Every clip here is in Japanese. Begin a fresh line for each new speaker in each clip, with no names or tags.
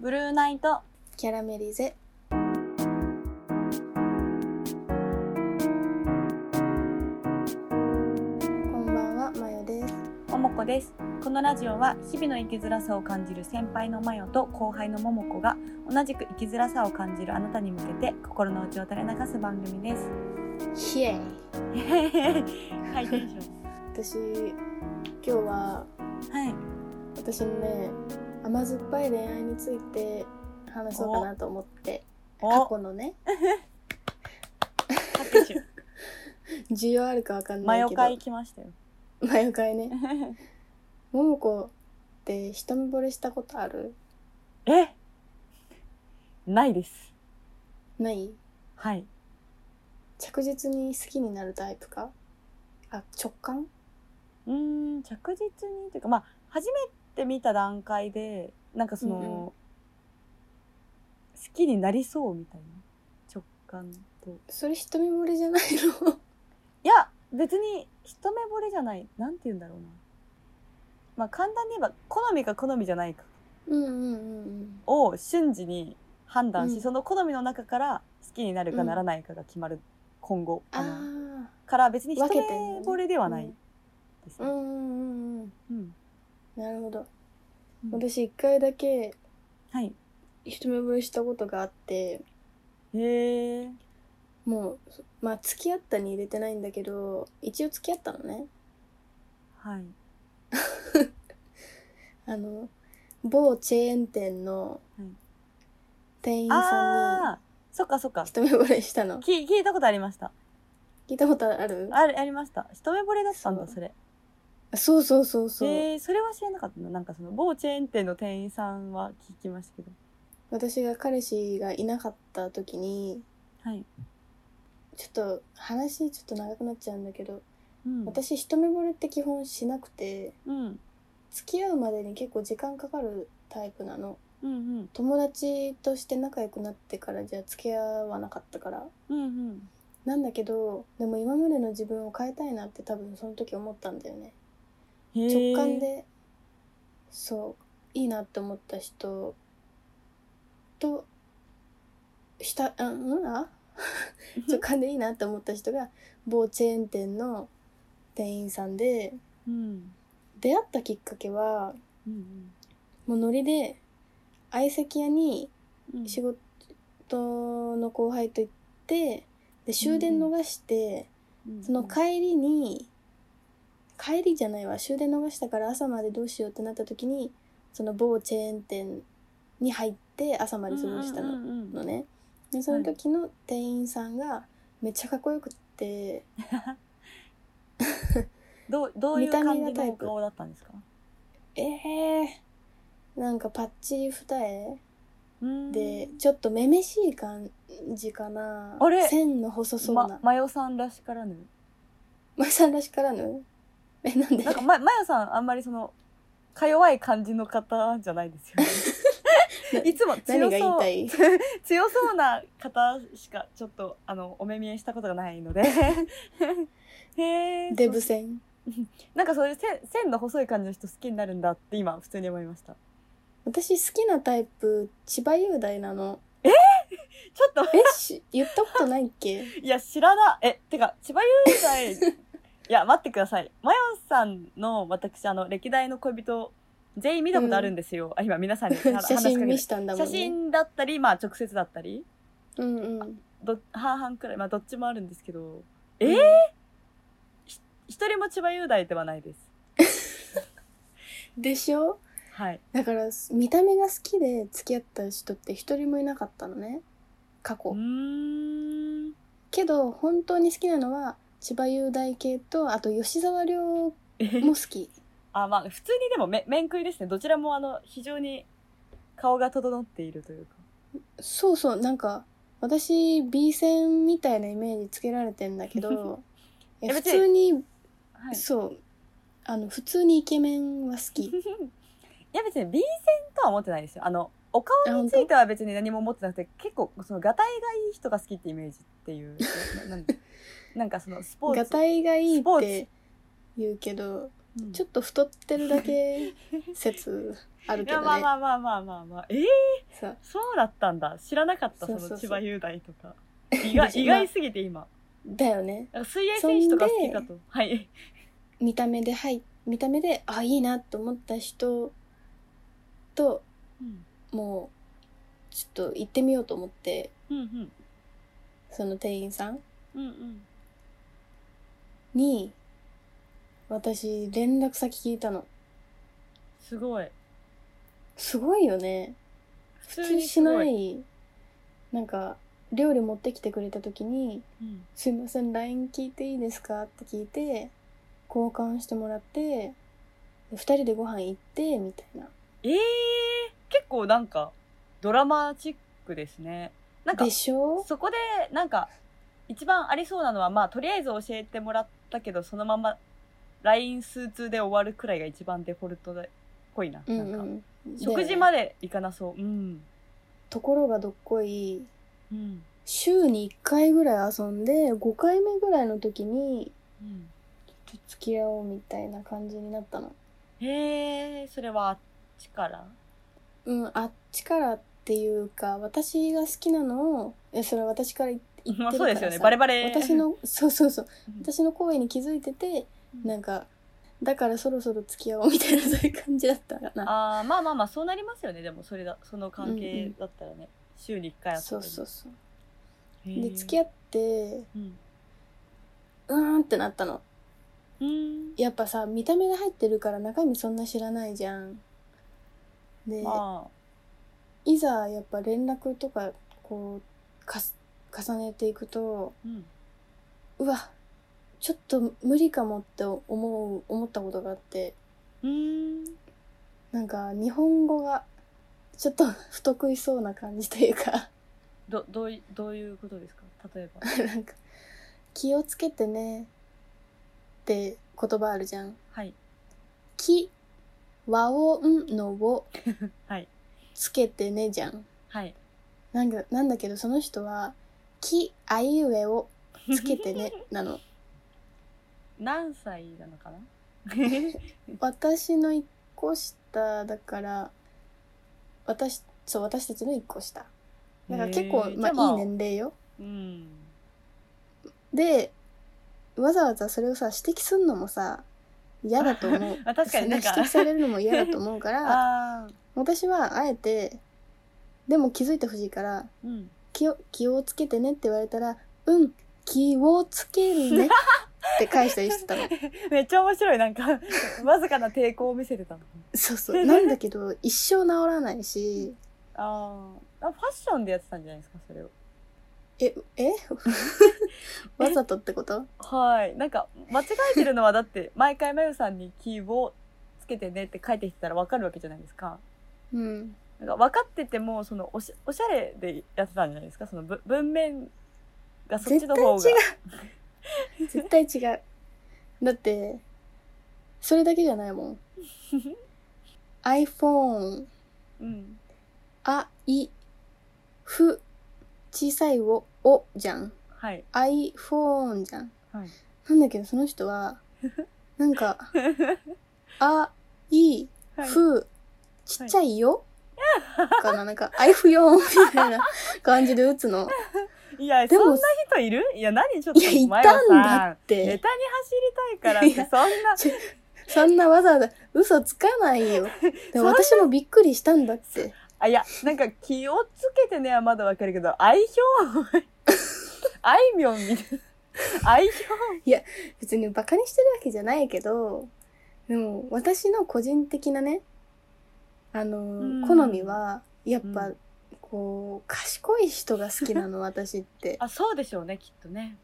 ブルーナイト
キャラメリゼこんばんはマヨです
ももこですこのラジオは日々の生きづらさを感じる先輩のマヨと後輩のももこが同じく生きづらさを感じるあなたに向けて心の内を垂れ流す番組です
ヒエイ
イエーイハイテンション
私今日は
はい
私のね甘酸っぱい恋愛について話そうかなと思って過去のね
ハイテンション
需要あるかわかん
マ
ない
ヨ
けど
会来ましたよ
マヨ会ねももこって一目惚れしたことある
えないです
ない
はい
着実に好きになるタイプかあ直感
うーん着実にというかまあ初めて見た段階でなんかその、
うんうん
好きになりそうみたいな直感と
それ一目惚れじゃないの
いや別に一目惚れじゃないなんて言うんだろうなまあ簡単に言えば好みか好みじゃないか
うんうんうん
を瞬時に判断し、
うん
その好みの中から好きになるか
うん
ならないかが決まる、今後
あ
あのから別に一
分けてんの
目
ね
惚れではないです
あう
ね。
んうんうんうん
うん
なるほど
うん
私一回だけ
はい、
一目惚れしたことがあって
へえ
もうそまあ付き合ったに入れてないんだけど一応付き合ったのね
はい
あの某チェーン店の
うん
店員さんに
ああーそっかそっか
一目惚れしたの
き聞いたことありました
聞いたことある
あるありました一目惚れだったんだ
そう
それ
そうそうそうそう、
えー、それは知らなかったななんかその某チェーン店の店員さんは聞きましたけど
私が彼氏がいなかった時に
はい、
ちょっと話ちょっと長くなっちゃうんだけど、
うん、
私一目惚れって基本しなくて
うんうん
付き合うまでに結構時間かかるタイプなの
うん
友達として仲良くなってからじゃ付き合わなかったから
うんうん
なんだけどでも今までの自分を変えたいなって多分その時思ったんだよね
へー
直感でそういいなって思った人としたあう んあ直感でいいなって思った人が某チェーン店の店員さんで
うん
出会ったきっかけは
うん
もうノリで相席屋に
うん
仕事の後輩と行ってで終電逃して、
うん
その帰りに帰りじゃないわ終電逃したから朝までどうしようってなった時にその某チェーン店に入って朝まで過ごした
う
の,、
んうんうんう
の
ん
ねでその時の店員さんがめっちゃかっこよくって
どうどういう
見た目
感
が
じ
タイ
の
プ
顔だったんですか
ええー、なんかパッチリ二重
うーん
でちょっとめめしい感じかな
あれ
線の細そう
ま
な、
マヨさんらしからぬ
まさんらしからぬえなんで
なんかまマヨさんあんまりそのか弱い感じの方じゃないですよ ねいつも
何
強
が言い
そう
たい
強そうな方しかちょっとあのお目見えしたことがない のでへえ
デブ線
なんかそういう線線の細い感じの人好きになるんだって今普通に思いました
私好きなタイプ千葉雄大なの
ちょっと
えし言ったことないっけ
いや知らなえてか千葉雄大い や待ってくださいマヨさんの私あの歴代の恋人全員見たことあるんですよ、あ今皆さんに話し
写
かけ
真
て
見したんだもん
写
ね
真だったりまあ直接だったり
うんうん
ど半々くらいまあどっちもあるんですけどえー
うん
ひ一人も千葉雄大ではないです
でしょ
はい
だから見た目が好きで付き合った人って一人もいなかったのね過
う
去
ーん
けど本当に好きなのは千葉雄大系とあと吉沢亮も好き
あまあ普通にでもめ面食いですねどちらもあの非常に顔が整っているというか
そうそうなんか私 B 線みたいなイメージつけられてんだけどいや
え
普
別に
通に、
はい
そうあの普通にイケメンは好 き
いや別に B 線とは思ってないですよあのお顔
あ本
につ
当
いては別に何も思ってなくて結構そのがたいがいい人が好きってイメージって いうななんなんかそのスポー
が
ツ
たいがいい
スポ
っ
ー
て言うけど
うん
ちょっと太ってるだけ説ある
い
けど
や
ね。
まあまあまあまあまあまあえー、
そう
そうだったんだ知らなかったそ
そうそ
の
うそ
千
う
葉雄大と か意外
でしょ
意外すぎて今
だよね
なんか水泳選手とか好きかとはい
見た目ではい見た目であいいなと思った人と
うん
もうちょっと行ってみようと思って
うんうん
その店員さん
うんうん
に私連絡先聞いたの
すごい
すごいよね
普
普通し
すご
な、いなんか料理持ってきてくれた時に
うん
「すいません LINE 聞いていいですか?」って聞いて交換してもらって2人でご飯行ってみたいな
えー、結構なんかドラマチックですねなんか
でしょ
そこでなんか一番ありそうなのはまあとりあえず教えてもらったけどそのまま LINE 数通で終わるくらいが一番デフォルトでっぽいな,、
うん
な
うん
か
ん
食事
で
までいかなそううん
ところがどっこい
うん
週に1回ぐらい遊んで5回目ぐらいの時に
うん
ちょっと付き合おうみたいな感じになったの
へえそれはあっちから
うんあっちからっていうか私が好きなのをえそれは私から言言ってる
ま
か
あ
らさ、
そうですよねバレバレ
私の そうそうそう
うん
私の声に気づいてて
うん
なんかだからそろそろ付き合おうみたいなそういう感じだったかな
あーまあまあまあそうなりますよねでもそれだその関係だったらね、週に1回
そうそうそう
う
で付き合って
うん
うーんってなったの
うん
やっぱさ見た目が入ってるから中身そんな知らないじゃんで、
ま
いざやっぱ連絡とかこうかす重ねていくと
あうん
うわちょっと無理かもって思う思ったことがあって
うん
なんか日本語がちょっと不得意そうな感じというか
どどういどういうことですか例えば
なんか気をつけてねって言葉あるじゃん
はい
気和音のを
はい
つけてねじゃん
はい
なんかなんだけどその人は気あいうえをつけてねなの
何歳なのかな
私の一個下だから私そう私たちの一個下だから結構、
へー
まあ、
じゃあ
いい年齢よ
うん
でわざわざそれをさ指摘すんのもさ嫌だと思う
あ 確かになんか
そんな指摘されるのも嫌だと思うから
ああ
私はあえてでも気づいてほしいから
うん
気を気をつけてねって言われたら「うん気をつける ね」って返したりしてたの
めっちゃ面白いなんか わずかな抵抗を見せてたの
そ うそうなんだけど一生治らないし
あーあファッションでやってたんじゃないですかそれを
え え わざとってこと
はいなんか間違えてるのはだって 毎回まゆさんに「キーをつけてね」って書いてきたらわかるわけじゃないですか
うん
なんか分かっててもそのおしおしゃれでやってたんじゃないですかそのぶ文面がそっちの方が
絶絶対違うだってそれだけじゃないも ん iPhone
うん
あいふ小さいをおじゃん
はい
iPhone じゃん
はい
なんだけどその 人はなんかあい
はい
ふちっちゃいよ、かななんか i p h o みたいな感じで打 つの
いや、そ
で
んな
も
人いるいや、何ちょっと
いやい
前
た
は
んだ
さ
っ、
ネ
て
タに走りたいからって、そんな、
ちそんなわざわざ嘘つかないよ。でも私もびっくりしたんだって。
あ、いや、なんか気をつけてねはまだわかるけど、愛表あ いみょんみたいな。愛表
別にバカにしてるわけじゃないけど、でも私の個人的なね、あのー、
うん
好みは、やっ
う
ぱ
ん、
こう、賢い人が好 きなの、私って。
あ、そうでしょうね、きっとね。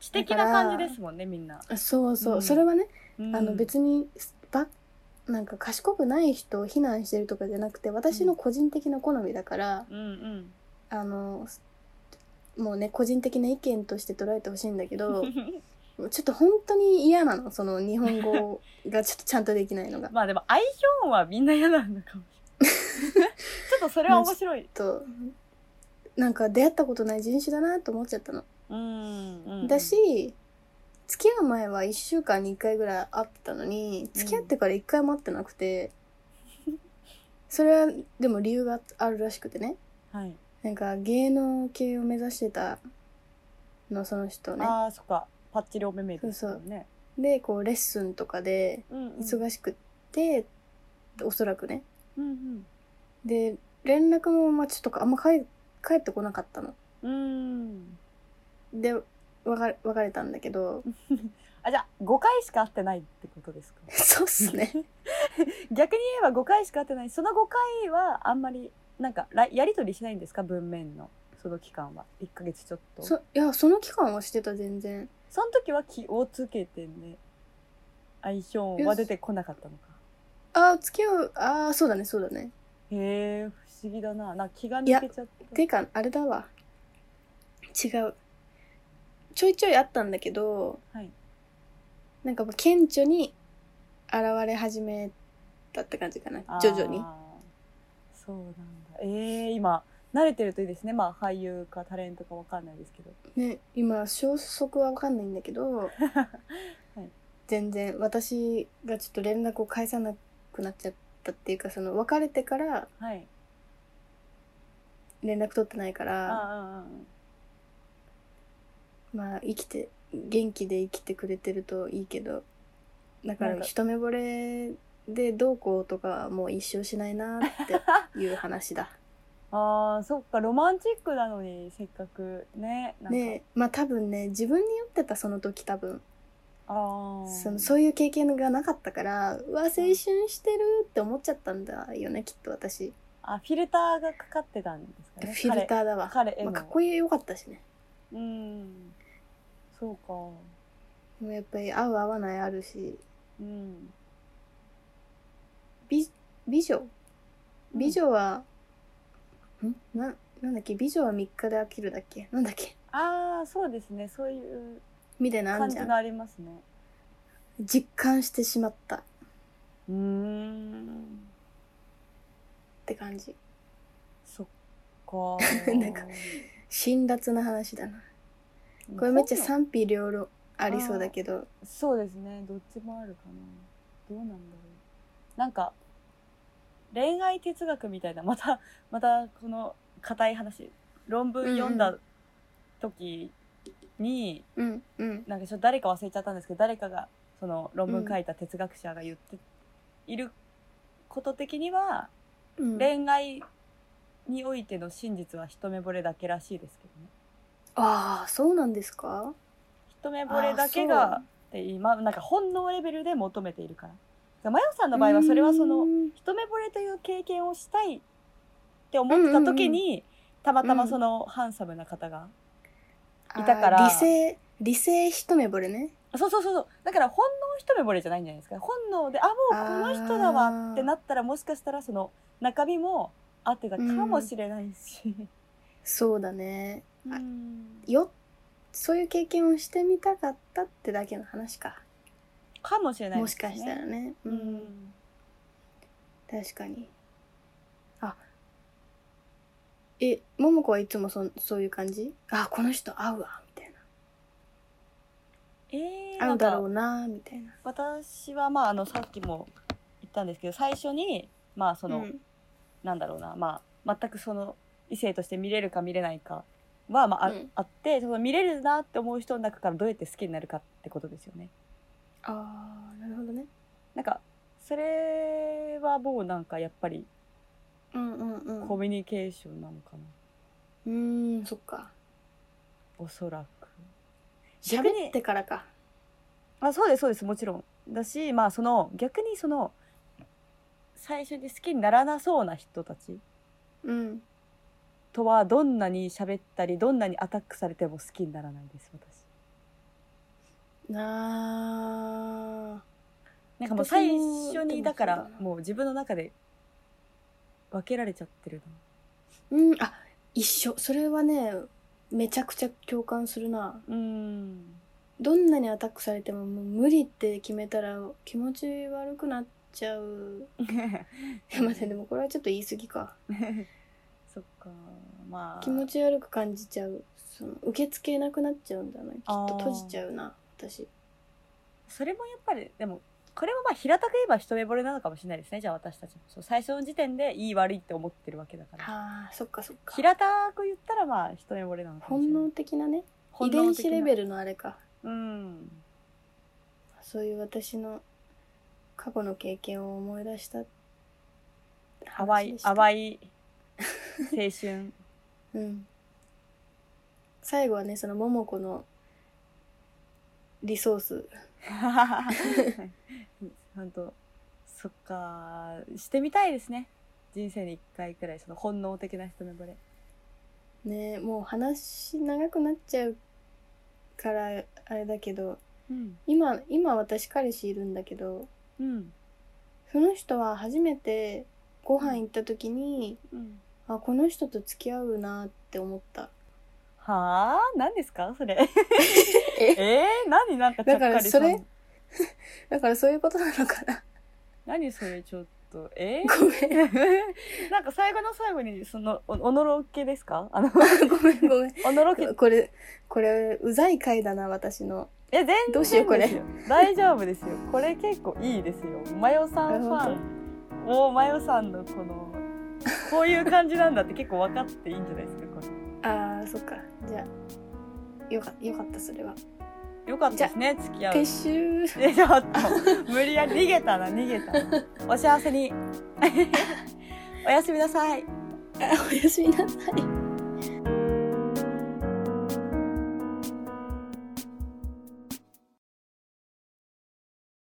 知的な感じですもんね、みんな。
そうそう、
うん
それはね、
うん
あの別に、ば、なんか賢くない人を非難してるとかじゃなくて、私の個人的な好みだから、
うんうん。
あのー、もうね、個人的な意見として捉えてほしいんだ けど、ちょっと本当に嫌なのその日本語がちょっとちゃんとできないのが。
まあでも、愛表はみんな嫌なのかもしれない。 ちょっとそれは面白い。
となんか出会ったことない人種だなと思っちゃったの。
うん、うん。
だ、し付き合う前は1週間に1回ぐらい会ってたのに付き合ってから1回も会ってなくて、それはでも理由があるらしくてね
はい。
なんか芸能系を目指してたのその人ね
ああ、そっか。パッチリお目目ですもんね。
でこうレッスンとかで
うんうん。
忙しくって、おそらくね
うん
で連絡もまあちょっとあんま返返ってこなかったの
うん。うん。
で別れ別れたんだけど
あ、じゃあ、5回しか会ってないってことですか
そうっすね
逆に言えば5回しか会ってない。その5回はあんまり、なんか、らやりとりしないんですか文面の。その期間は。1ヶ月ちょっと。
そいやその期間はしてた全然
その時は気をつけてね。相性は出てこなかったのか。
ああ付き合うああそうだねそうだね
へえ、不思議だな。なんか気が抜けちゃった。
ていうかあれだわ違うちょいちょいあったんだけど
はい。
なんかもう顕著に現れ始めたって感じかな
あー
徐々に
そうなんだえー、今慣れてるといいですねまあ俳優かタレントかわかんないですけど
ね今消息は分かんないんだ けど、
い
全然私がちょっと連絡を返さなくなっちゃったっていうかその別れてから
はい
連絡取ってないか
あ
ら
あ
まあ生きて元気で生きてくれてるといいけどだか
なん
ら
か
一目惚れでどうこうとかはもう一生しないなっていう話だ
あーそっかロマンチックなのにせっかくね なんか
ねまあ多分ね自分に酔ってたその時多分
ああ
そのそういう経験がなかったからうわ青春してるって思っちゃったんだよねきっと私
あフィルターがかかってたんですかね
フィルターだわ、
彼彼へ
ま
の、
あ、かっこいいよかったしね
うんそうか
でもやっぱり合う合わないあるし
うん
美美女美女は、んななんだっけ美女は3日で飽きるだっけなんだっけ
ああそうですねそういう
みたいなのあ
感
ん
じ
じゃん
がありますね
実感してしまったっ
うーん
て感じ
そっかー
なんか辛辣な話だなこれめっちゃ賛否両論ありそうだけど
そうですねどっちもあるかなどうなんだろうなんか恋愛哲学みたいなまた またこの硬い話論文読んだ時に、
うんうん
なんかちょっと誰か忘れちゃったんですけど誰かがその論文書いた哲学者が言っていること的には、
うん
恋愛においての真実は一目惚れだけらしいですけどね
ああそうなんですか
一目惚れだけがって今なんか本能レベルで求めているから。マヨさん
の
の場合はそれはその一目惚れという経験をしたいって思ってた時に、たまたまそのハンサムな方が、いたから
理性理性一目惚れね
そうそうそうそうだから本能一目惚れじゃないんじゃないですか本能であもうこの人だわってなったらもしかしたらその中身も合ってたかもしれないし。
そうだねん
うん
よそういう経験をしてみたかったってだけの話か
かもしれない
も
で
し
すね
かしたらね
う
うん
ん
確かにあえ桃子はいつもそんそういう感じあこの人合うわみたい
えー、な
な合うんだ
か
ろうなみたいな
私はまああのさっきも言ったんですけど最初にまあその、
うん
なんだろうな、まあ、全くその異性として見れるか見れないかは、まああ
うん
あってその見れるなって思う人の中からどうやって好きになるかってことですよね。
あーなるほどね
なんかそれはもうなんかやっぱり
うんうんうん
コミュニケーションなのかな、
うーんそっか
おそらく。逆に
喋ってからか
あそうですそうですもちろんだしまあその逆にその最初に好きにならなそうな人たち
うん
とはどんなに喋ったりどんなにアタックされても好きにならないです私。
なあ
なんかもう
私
最
も
初
でも
にだから
そうだな
もう自分の中で分けられちゃってる
うんあ一緒それはねめちゃくちゃ共感するな
な うん
どんなにアタックされてももう無理って決めたら気持ち悪くなっちゃういやまあでもこれはちょっと言い過ぎか
そっかまあ
気持ち悪く感じちゃうその受け付けなくなっちゃうんだなきっ
あー
と閉じちゃうな私
それもやっぱりでもこれもまあ平たく言えば一目惚れなのかもしれないですねじゃあ私たちもそう最初の時点でいい悪いって思ってるわけだから
あーそっかそっか
平たく言ったらまあ一目惚れなのかもしれ
本
ない
能的なね遺
本能
伝
的な
子レベルのあれか
うん
そういう私の過去の経験を思い出した
淡い
い、
淡い青春
うん、最後はねその桃子のリソース
本当そっかしてみたいですね人生に一回くらいその本能的な一目惚れ
ねもう話長くなっちゃうからあれだけど
うん
今今私彼氏いるんだけど
うん
その人は初めてご飯行った時に
うん
あこの人と付き合うなって思った
はあ何ですかそれ
え
えー、何なんかちゃっかりさん
だからそれだからそういうことなのかな
何それちょっとえー、
ごめん
なんか最後の最後にそのおおのろけですかあの
ごめんごめん
おのろけ
これこれうざい回だな私の
え全然
どうしようこれ
ですよ大丈夫ですよこれ結構いいですよマヨさんフ
あ
ァンをマヨさんのこのこういう感じなんだって結構分かっていいんじゃないですかこ
あーそっかじゃあよかよかったそれは
れよかったですね付き合う
撤収
えちょっと無理やり逃げたな逃げたな お幸せにおやすみなさい
あおやすみなさい